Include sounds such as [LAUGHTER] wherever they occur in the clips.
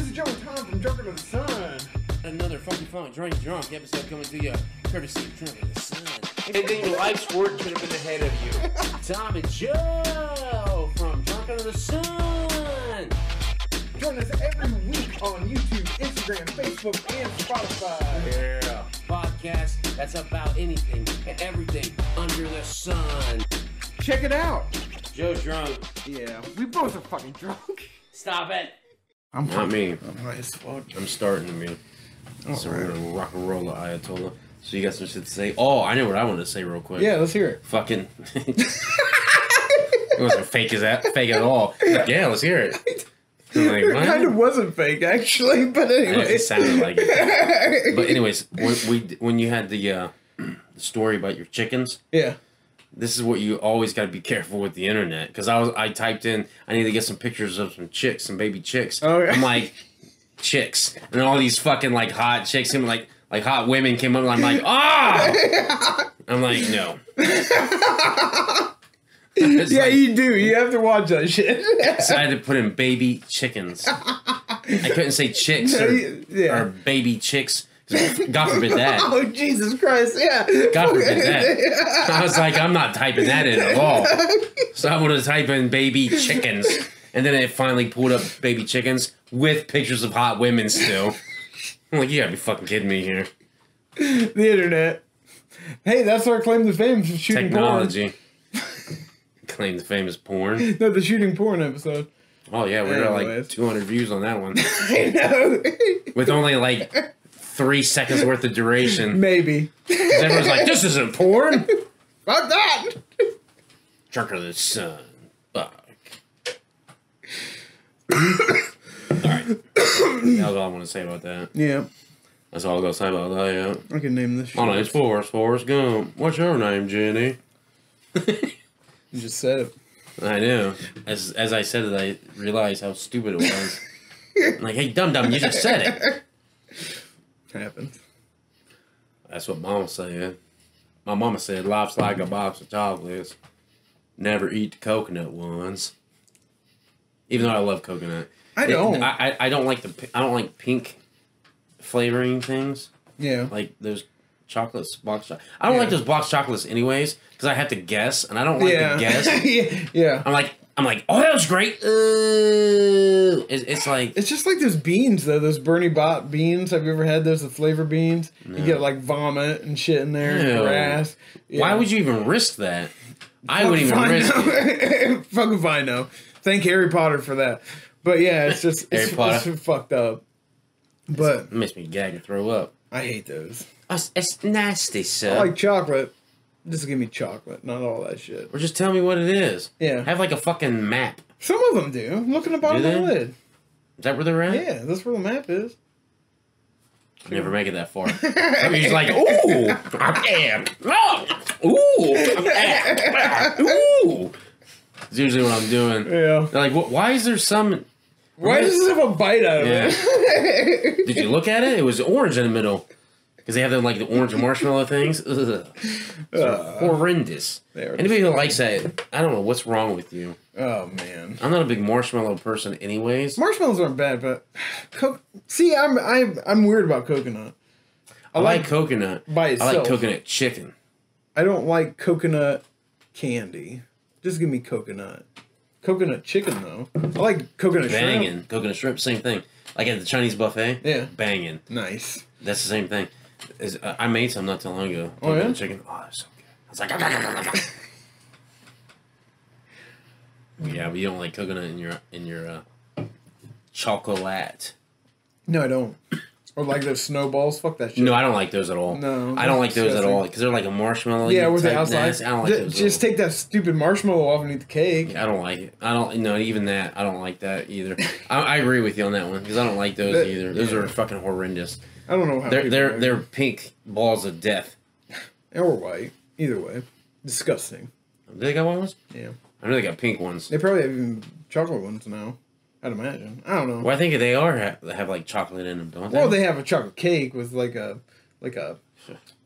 up and drinking in the sun. Another Funky Funk Drunk Drunk episode coming to you courtesy of Drunk in the Sun. And then your life's work could have been ahead of you. [LAUGHS] Tom and Joe from Drunk Under the Sun. Join us every week on YouTube, Instagram, Facebook, and Spotify. Yeah. Podcast that's about anything and everything under the sun. Check it out. Joe drunk. Yeah, we both are fucking drunk. Stop it. I'm Not me. high as fuck. I'm starting to me. So we're gonna rock and roll the Ayatollah. So you got some shit to say? Oh, I know what I wanted to say real quick. let's hear it. Fucking. [LAUGHS] it wasn't fake as that fake at all. Like, yeah, let's hear it. I'm like, [LAUGHS] It what? kind of wasn't fake, actually, but I know, anyway. it sounded like it. But anyways, when we when you had the uh, [CLEARS THROAT] the story about your chickens, yeah. this is what you always got to be careful with the internet because I was I typed in I need to get some pictures of some chicks, some baby chicks. Oh, yeah. I'm like chicks, and all these fucking like hot chicks and like like hot women came up. and I'm like ah, [LAUGHS] I'm like no. [LAUGHS] It's Yeah, like- you do. You have to watch that shit. [LAUGHS] so I had to put in baby chickens. I couldn't [LAUGHS] say chicks or, yeah. or baby chicks. God forbid [LAUGHS] that. oh, Jesus Christ. Yeah. God forbid [LAUGHS] that. I was like, I'm not typing that in at all. So I wanted to type in baby chickens. And then it finally pulled up baby chickens with pictures of hot women still. I'm like, you gotta be fucking kidding me here. the internet. Hey, that's our claim to fame for shooting Technology. Claim the famous porn. porn. No, the shooting porn episode. Oh, yeah, we're at like Anyways. 200 views on that one. [LAUGHS] I know. With only like three seconds worth of [LAUGHS] duration. Maybe. Everyone's like, this isn't porn. Fuck that. Trucker of the Sun. Fuck. Alright. [COUGHS] That was all I want to say about that. Yeah, That's all I gotta say about that, yeah. I can name this shit. My name's Forrest, Forrest Gump. What's your name, Jenny? You just said it. I know. As as I said it, I realized how stupid it was. I'm like, hey, dum dum, you just said it. Happens. That's what mama said. My mama said, life's like a box of chocolates. Never eat the coconut ones. Even though I love coconut. I It- don't. I, I, I don't like the pi- I don't like pink flavoring things yeah. like those chocolates box. Cho- I don't like Yeah. those box chocolates anyways because I have to guess and I don't like yeah. to [LAUGHS] guess. yeah. Yeah. I'm like I'm like oh that was great. Ooh. It's, it's like It's just like those beans though. Those Bernie Bot beans. Have you ever had those? The flavor beans. You get like vomit and shit in there. Ew. And grass. why would you even risk that? I wouldn't even risk it. it. [LAUGHS] Fuck if I know. Thank Harry Potter for that. But yeah, it's just Harry it's, Potter. it's fucked up. But it. Makes me gag and throw up. I hate those. It's, it's nasty, sir. I like chocolate. Just give me chocolate, not all that shit. or just tell me what it is. Yeah. Have like a fucking map. Some of them do. Look in the bottom Do of the they? lid. Is that where they're at? Yeah, that's where the map is. Never make it that [LAUGHS] far. I mean, he's like, ooh, I'm damn, no, ooh, I'm damn, ooh. It's usually what I'm doing. Yeah. They're like, "Wh- why is there some? Why does this have a bite out of Yeah. it? Did you look at it? It was orange in the middle. Because they have them like the orange marshmallow things. Ugh. Uh, Horrendous. They are Anybody who likes that, I don't know what's wrong with you. oh man. I'm not a big marshmallow person, anyways. Marshmallows aren't bad, but [SIGHS] co- see, I'm I'm I'm weird about coconut. I like coconut. by I like itself. coconut chicken. I don't like coconut candy. Just give me coconut. Coconut chicken though. I like coconut Banging. shrimp. Coconut shrimp, same thing. Like at the Chinese buffet. Yeah. Banging. Nice. That's the same thing. Is uh, I I made some not too long ago. Oh, yeah? chicken. Oh, that's so good. I was like, "Ah, ah, ah, [LAUGHS] ah, ah." yeah, but you don't like coconut in your in your uh, chocolate. No, I don't. Or like those snowballs. Fuck that shit. No, I don't like those at all. No, I don't like those at disgusting. all because they're like a marshmallow. yeah, with type the outside. nasty- I don't like Ju- those. just, at all. take that stupid marshmallow off and eat the cake. I don't like it. I don't. No, even that. I don't like that either. I, I agree with you on that one because I don't like those That- either. Those yeah. are fucking horrendous. I don't know how. They're people they're like they're pink balls of death. it. or white. Either way, disgusting. Do they got white ones? Yeah, I know they got pink ones. they probably have even chocolate ones now. I'd imagine. I don't know. Well, I think they are have, have like chocolate in them, don't they? Well, they have a chocolate cake with like a like a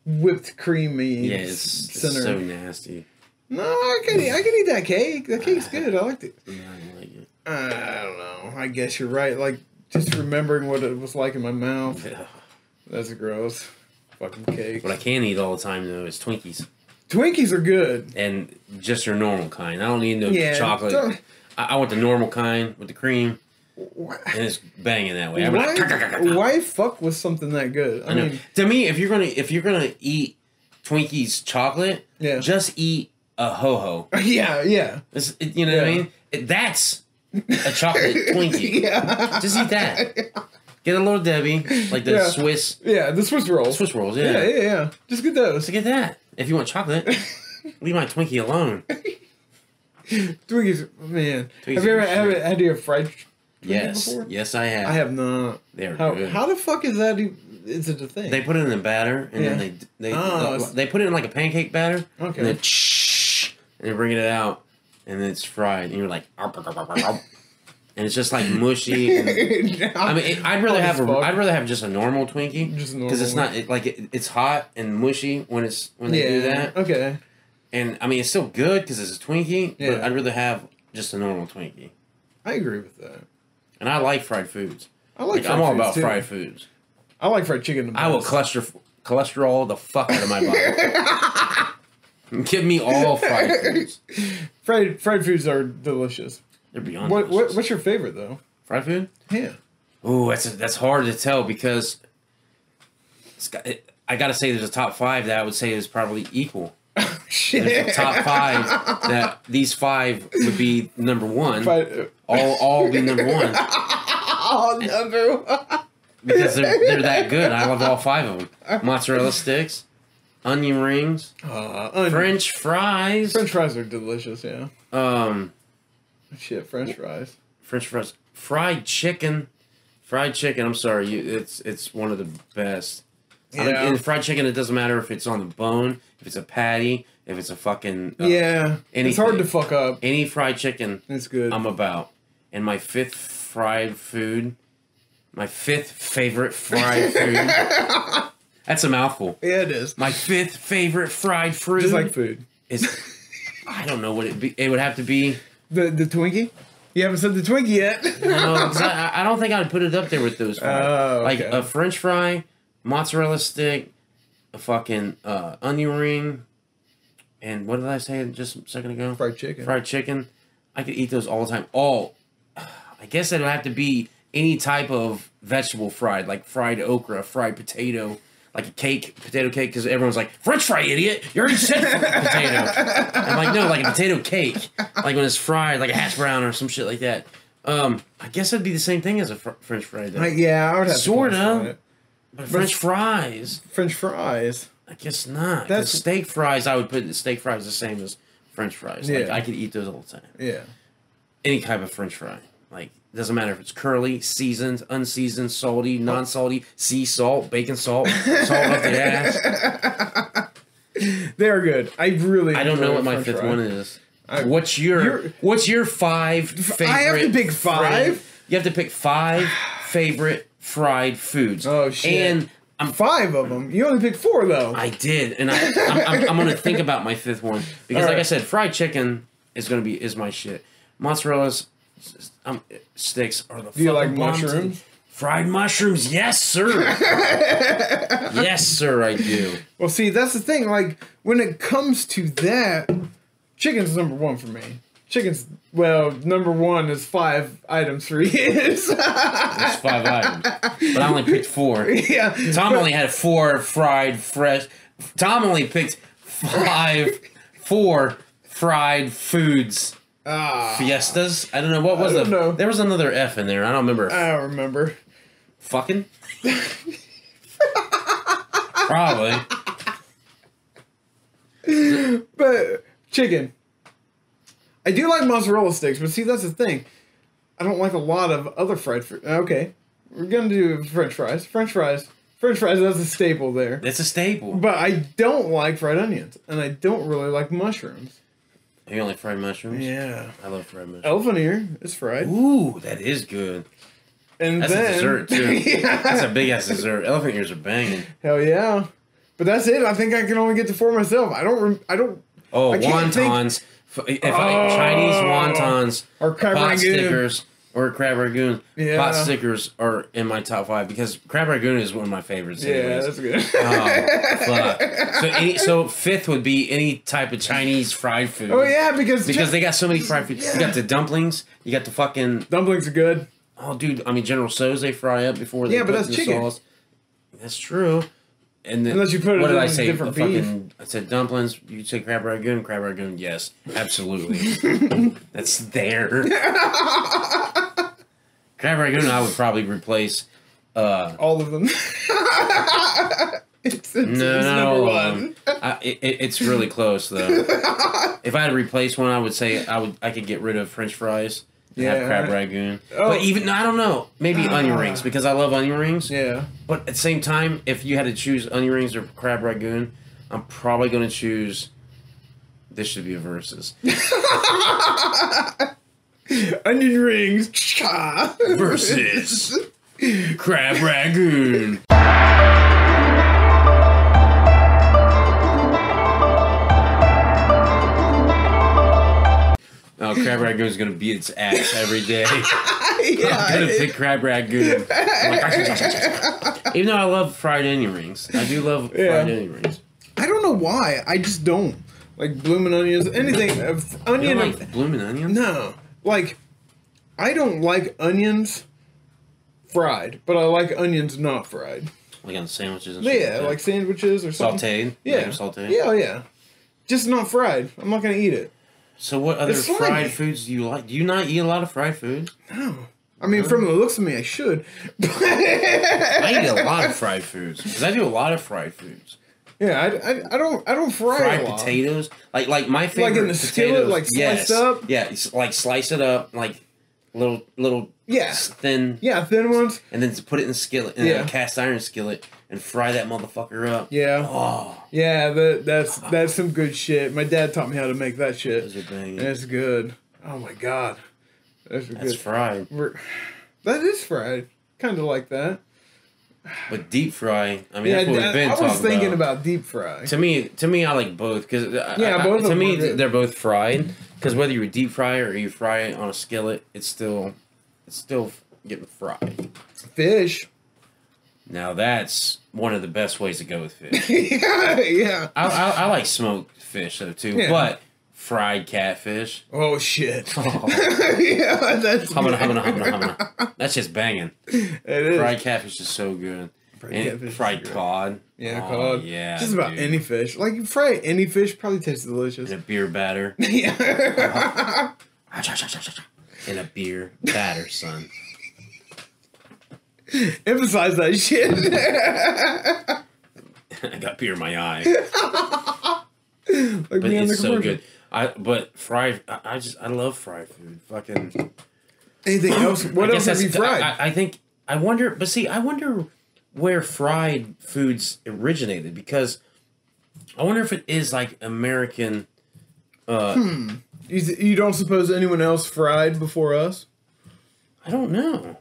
whipped creamy yeah, it's, it's center. so nasty. No, I can eat, I can eat that cake. That cake's good. I liked it. I don't like it. I don't know. I guess you're right. Like Just remembering what it was like in my mouth. That's gross. Fucking cake. What I can eat all the time though is Twinkies Twinkies are good. and just your normal kind. I don't need no Yeah, chocolate. don't- I, I want the normal kind with the cream, Why, and it's banging that way. I'm like, why, why fuck with something that good? I I know. mean, [LAUGHS] to me, if you're gonna if you're gonna eat Twinkies chocolate, Yeah. just eat a ho ho. yeah, yeah, It's- it- You know what I Yeah. mean? It- That's a [LAUGHS] chocolate Twinkie. yeah, Just eat that. Get a little Debbie, like the Yeah. Swiss yeah. The Swiss rolls. Swiss rolls. yeah, yeah. yeah, yeah. Just get those. So get that if you want [LAUGHS] chocolate. leave my Twinkie alone. Twinkies, man. Twinkies have you are ever had, shit. had to have fried? Twinkies Yes, before? yes, I have. I have not. They're How, good. how the fuck is that? e- Is it a thing? [LAUGHS] They put it in the batter, and then Yeah. they they uh, Oh, it's- they put it in like a pancake batter, Okay. and then shh, and they bring it out, and then it's fried, and you're like, [LAUGHS] "Arp, arp, arp, arp, arp." and it's just like mushy. and- I mean, it- I'd rather Hot have as a Oh, fuck. I'd rather have just a normal Twinkie, Just a because it's normal not it, like it, it's hot and mushy when it's when they yeah. do that, Okay. and I mean it's still good because it's a Twinkie, but Yeah. I'd rather have just a normal Twinkie, I agree with that. and I like fried foods. I Like, like. I'm fried all foods, about too. fried foods. I like fried chicken. the I will best. cluster cholesterol the fuck out of [LAUGHS] my body. Give me all fried foods. fried fried foods are delicious. They're beyond What, what delicious. what's your favorite though? fried food? Yeah. Ooh, that's that's hard to tell because it's got, it, I got to say there's a top five that I would say is probably equal. There's a Shit. top five that these five would be number one. [LAUGHS] Fried- uh, All all be number one oh, number [LAUGHS] one. because they're they're that good. I love all five of them. Mozzarella sticks, onion rings, Uh, onion- French fries. French fries are delicious. Yeah. Um. Shit, French fries. French fries, fried chicken, fried chicken. I'm sorry, you, it's it's one of the best. I mean, Yeah. and fried chicken, it doesn't matter if it's on the bone, if it's a patty, if it's a fucking uh, yeah. It's hard to anything. fuck up. Any fried chicken, It's good. I'm about. And my fifth fried food, my fifth favorite [LAUGHS] fried food. That's a mouthful. yeah, it is. My fifth favorite fried food Just like food. is. I don't know what it be. It would have to be. The the Twinkie. You haven't said the Twinkie yet. No, 'cause I, I don't think I'd put it up there with those. Fries. Oh, Like okay. a French fry, mozzarella stick, a fucking uh, onion ring, and what did I say just a second ago? fried [LAUGHS] chicken. Fried chicken. I could eat those all the time. All. I guess it'd have to be any type of vegetable fried, like fried okra, fried potato, like a cake, potato cake, because everyone's like, French fry, idiot! You already said potato. I'm like, no, like a potato cake. Like when it's fried, like a hash brown or some shit like that. Um, I guess it'd be the same thing as a fr- French fry, though. Like, yeah, I would have to Sorta. classify it. but French fries, French fries. I guess not. 'Cause That's- steak fries. I would put steak fries the same as French fries. Like Yeah. I could eat those all the time. Yeah. any type of french fry. Like, doesn't matter if it's curly, seasoned, unseasoned, salty, non salty, sea salt, bacon [LAUGHS] salt, salt up the ass. They are good. I really. I don't know enjoy what my French fifth fry. one is. I- what's your You're- what's your five favorite? I have to pick fried- five? you have to pick five favorite fried foods. [SIGHS] Oh, shit. And I'm Five of them. You only picked four though. I did, and I, I'm, I'm, I'm gonna think about my fifth one because, like I Alright. said, fried chicken is gonna be is my shit. Mozzarella's um, sticks are the. Do you like mushrooms? Fried mushrooms, yes, [LAUGHS] sir. yes, sir, I do. Well, see, that's the thing. Like when it comes to that, chicken's number one for me. Chicken's well, number one is five items for [LAUGHS] is. It's five items, but I only picked four. yeah, Tom only had four fried fresh. Tom only picked five, four fried foods. Ah, Fiestas? I don't know what was I it. don't know. Uh, There was another F in there. I don't remember. I don't remember. Fucking? Probably. But chicken, I do like mozzarella sticks. But see, that's the thing. I don't like a lot of other fried. Fr- okay, we're gonna do French fries. French fries. French fries. That's a staple there. That's a staple. But I don't like fried onions, and I don't really like mushrooms. You only fried mushrooms? Yeah. I love fried mushrooms. Elephant ear is fried. Ooh, that is good. And That's then, a dessert, too. [LAUGHS] Yeah. That's a big ass dessert. Elephant ears are banging. Hell yeah! But that's it. I think I can only get to four myself. I don't. Rem- I don't. Oh, I can't think- wontons. F- If I, Chinese wontons, Or pot covering good. stickers, or crab ragoon. Yeah. Pot stickers are in my top five because crab ragoon is one of my favorites. Yeah, anyways. that's good. Oh, fuck. So, any, so fifth would be any type of Chinese fried food. [LAUGHS] oh yeah, because Because they got so many fried food. You got the dumplings. You got the fucking dumplings are good. oh, dude. I mean, General So's they fry up before they Yeah, but put that's in the chicken. sauce. That's true. And then, Unless you put it what did in I say? different A fucking- I said dumplings. You said crab ragoon. Crab ragoon. Yes, absolutely. [LAUGHS] that's there. crab ragoon. I would probably replace. Uh, All of them. [LAUGHS] it's, it's, no, it's not number all of one. them. I, it, it- it's really close [LAUGHS] though. if I had to replace one, I would say I would I could get rid of French fries and Yeah. have crab ragoon. Oh. But even no, I don't know. Maybe onion Ah. rings because I love onion rings. Yeah. But at the same time, if you had to choose onion rings or crab ragoon, I'm probably going to choose. This should be a versus. Onion rings. [LAUGHS] Cha. [LAUGHS] Versus crab ragoon. Oh, crab ragoon is gonna beat its ass every [LAUGHS] day. I'm gonna yeah. pick crab ragoon. I'm like, Even though I love fried onion rings, I do love Yeah. fried onion rings. I don't know why. I just don't like blooming onions. Anything of You onion. don't like blooming onions? No, like I don't like onions fried, but I like onions not fried. Like on sandwiches and shit Yeah, that. like sandwiches or something. sauteed. Yeah, Like sauteed. Yeah, oh, yeah. Just not fried. I'm not gonna eat it. So what other It's slimy. fried foods do you like? Do you not eat a lot of fried food? I mean, from Mm-hmm. the looks of me, I should. [LAUGHS] I eat a lot of fried foods because I do a lot of fried foods. yeah, I, I, I don't I don't fry Fried a lot. potatoes, like like my favorite in the potatoes, skillet, like, yes. sliced up? yeah, it's like slice it up, like little little Yeah. s- thin, Yeah, thin ones. and then put it in skillet, in Yeah. a cast iron skillet, and fry that motherfucker up. Yeah, oh, yeah. That that's that's some good shit. My dad taught me how to make that shit. those are banging. That's, That's good. Oh my god, that's, good. fried, We're- that is fried. Kind of like that. but deep fry. I mean, Yeah, that's what I- we've been I talking was thinking about. about, deep fry. To me, to me, I like both because Yeah, both of To them me, are good. they're both fried because whether you deep fry or you fry it on a skillet, it's still, it's still getting fried. Fish. [LAUGHS] Now that's one of the best ways to go with [LAUGHS] fish. yeah, yeah. I, I, I like smoked fish though too, Yeah. but fried catfish. Oh [LAUGHS] shit. [LAUGHS] Oh, yeah, that's humana, humana, humana, humana. That's just banging. [LAUGHS] it is. Fried catfish is so good. Fried And catfish is fried good. cod. Yeah, Oh, cod. Yeah, Just about dude. any fish. Like you fry any fish, probably tastes delicious. And a beer [LAUGHS] batter. Yeah. and a beer batter, son. Emphasize that [LAUGHS] shit. [LAUGHS] I got beer in my [LAUGHS] eye, like but me on the it's so commercial. good. I but fried. I, I just I love fried food. Fucking. [CLEARS THROAT] Anything else? What I else guess have you that's- fried? I, I think I wonder, but see, I wonder where fried foods originated because I wonder if it is like American. you, you don't suppose anyone else fried before us? I don't know.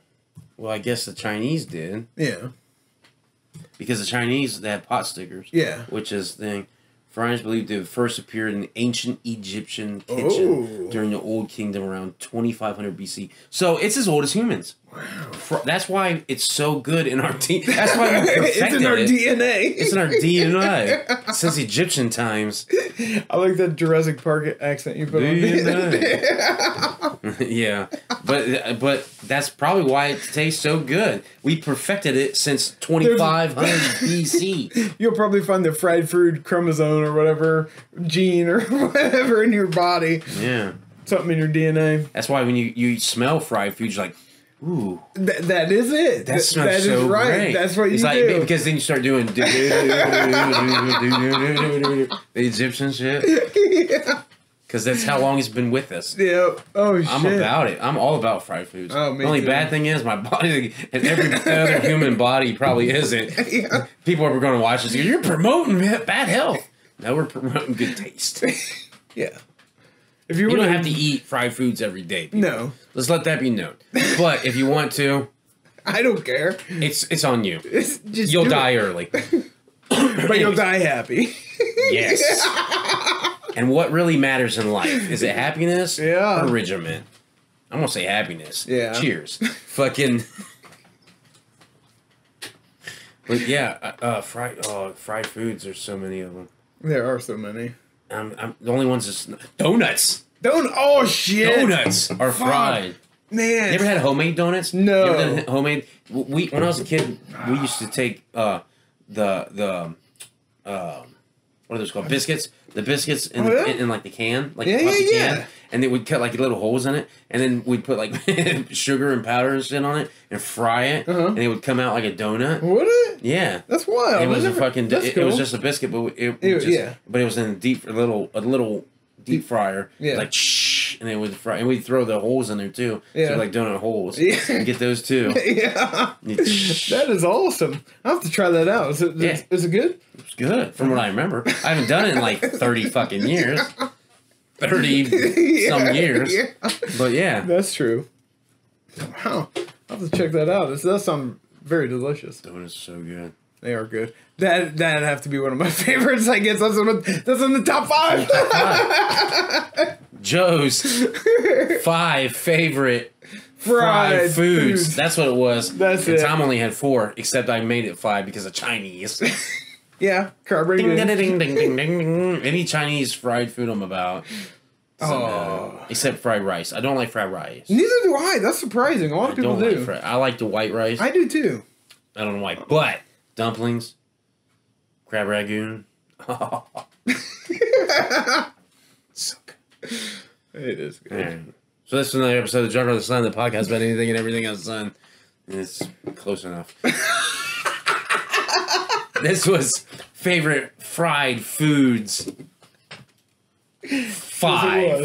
Well, I guess the Chinese did Yeah. because the Chinese they had pot stickers. Yeah. which is the thing. Fries believed they first appeared in ancient Egyptian kitchen Oh. during the Old Kingdom around 2500 BC. So it's as old as humans. Wow. That's why it's so good in our DNA. That's why we [LAUGHS] it's in our it. DNA. It's in our DNA since Egyptian times. [LAUGHS] I like that Jurassic Park accent you put on. DNA. [LAUGHS] yeah, but but that's probably why it tastes so good. We perfected it since 2500 [LAUGHS] BC. You'll probably find the fried food chromosome or whatever gene or [LAUGHS] whatever in your body, Yeah. something in your DNA. That's why when you, you smell fried food, you're like, ooh, Th- that is it. that Th- smells that is so right. great. That's what you it's like, do. Because then you start doing [LAUGHS] do- do- do- do- do- do- do- do- do- do- do- the Egyptian [LAUGHS] shit. Because that's how long it's been with us. yeah. Oh shit. I'm about it. I'm all about fried foods. Oh, me the only too. bad thing is my body and [LAUGHS] every other human body probably isn't. Yeah. People are going to watch this. You're promoting bad health. No, we're promoting good taste. yeah. If you, You were don't to- have to eat fried foods every day. people. [LAUGHS] No, Let's let that be known. But if you want to, I don't care. it's it's on you. It's just You'll do it. die [LAUGHS] early. but you'll die happy. [LAUGHS] Yes. and what really matters in life is it happiness Yeah. or regiment? I'm gonna say happiness. Yeah. [LAUGHS] Cheers. Fucking. But yeah, uh, uh, fried uh, fried foods. There's so many of them. There are so many. I'm, I'm the only ones that's donuts. Don't. Oh shit. Donuts are fried. Man. You ever had homemade donuts? No. You ever done homemade. We when I was a kid, we used to take uh, the the um, what are those called? Biscuits. The biscuits in, Oh, yeah? in, in, like the can, like Yeah, the plastic yeah, yeah. can, and they would cut like little holes in it, and then we'd put like [LAUGHS] sugar and powder and shit on it, and fry it, Uh-huh. and it would come out like a donut. Would it? Yeah. That's wild. It was I a never- fucking. Oh, That's It, cool. it was just a biscuit, but it, Ew, just, yeah. But it was in a deep a little a little deep fryer. Yeah. Like shh, and it would fry, and we'd throw the holes in there too. Yeah. So like donut holes. Yeah. And get those [LAUGHS] too. [LAUGHS] yeah. it's That is awesome. I have to try that out. Is it, is- Yeah. is it good? good from what I remember. I haven't done it in like thirty fucking years. Thirty [LAUGHS] Yeah, some years. Yeah. But yeah. That's true. Wow. I'll have to check that out. It does sound very delicious. Donuts are so good. They are good. That that'd have to be one of my [LAUGHS] favorites, I guess. That's one of, that's in the top [LAUGHS] five. [LAUGHS] Joe's five favorite Fried fried foods. foods. That's what it was. That's and it. Tom only had four, except I made it five because of Chinese. Yeah, carburetor. ding, ding, ding, ding, ding, [LAUGHS] ding, ding. Any Chinese fried food I'm about. doesn't Oh. matter. Except fried rice. I don't like fried rice. Neither do I. That's surprising. A lot I of people don't do. like fried. I like the white rice. I do too. I don't know why, but dumplings, crab ragoon. so good. It is good. Alright. So that's another episode of Junk on the Sun, the podcast about anything and everything on the sun. And it's close [LAUGHS] enough. this was favorite fried foods. Yes, it Five.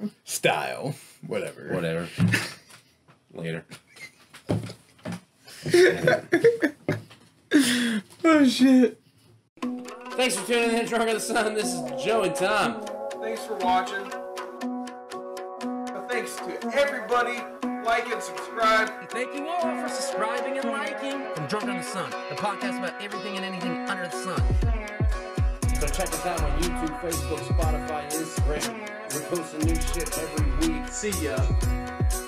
was. Style. Whatever. Whatever. Later. Oh shit. Thanks for tuning in to Drunk on the Sun. This is Joe and Tom. Thanks for watching. Thanks to everybody. Like and subscribe. Thank you all for subscribing and liking. From Drunk on the Sun, the podcast about everything and anything under the sun. So check us out on YouTube, Facebook, Spotify, Instagram. We're posting new shit every week. See ya.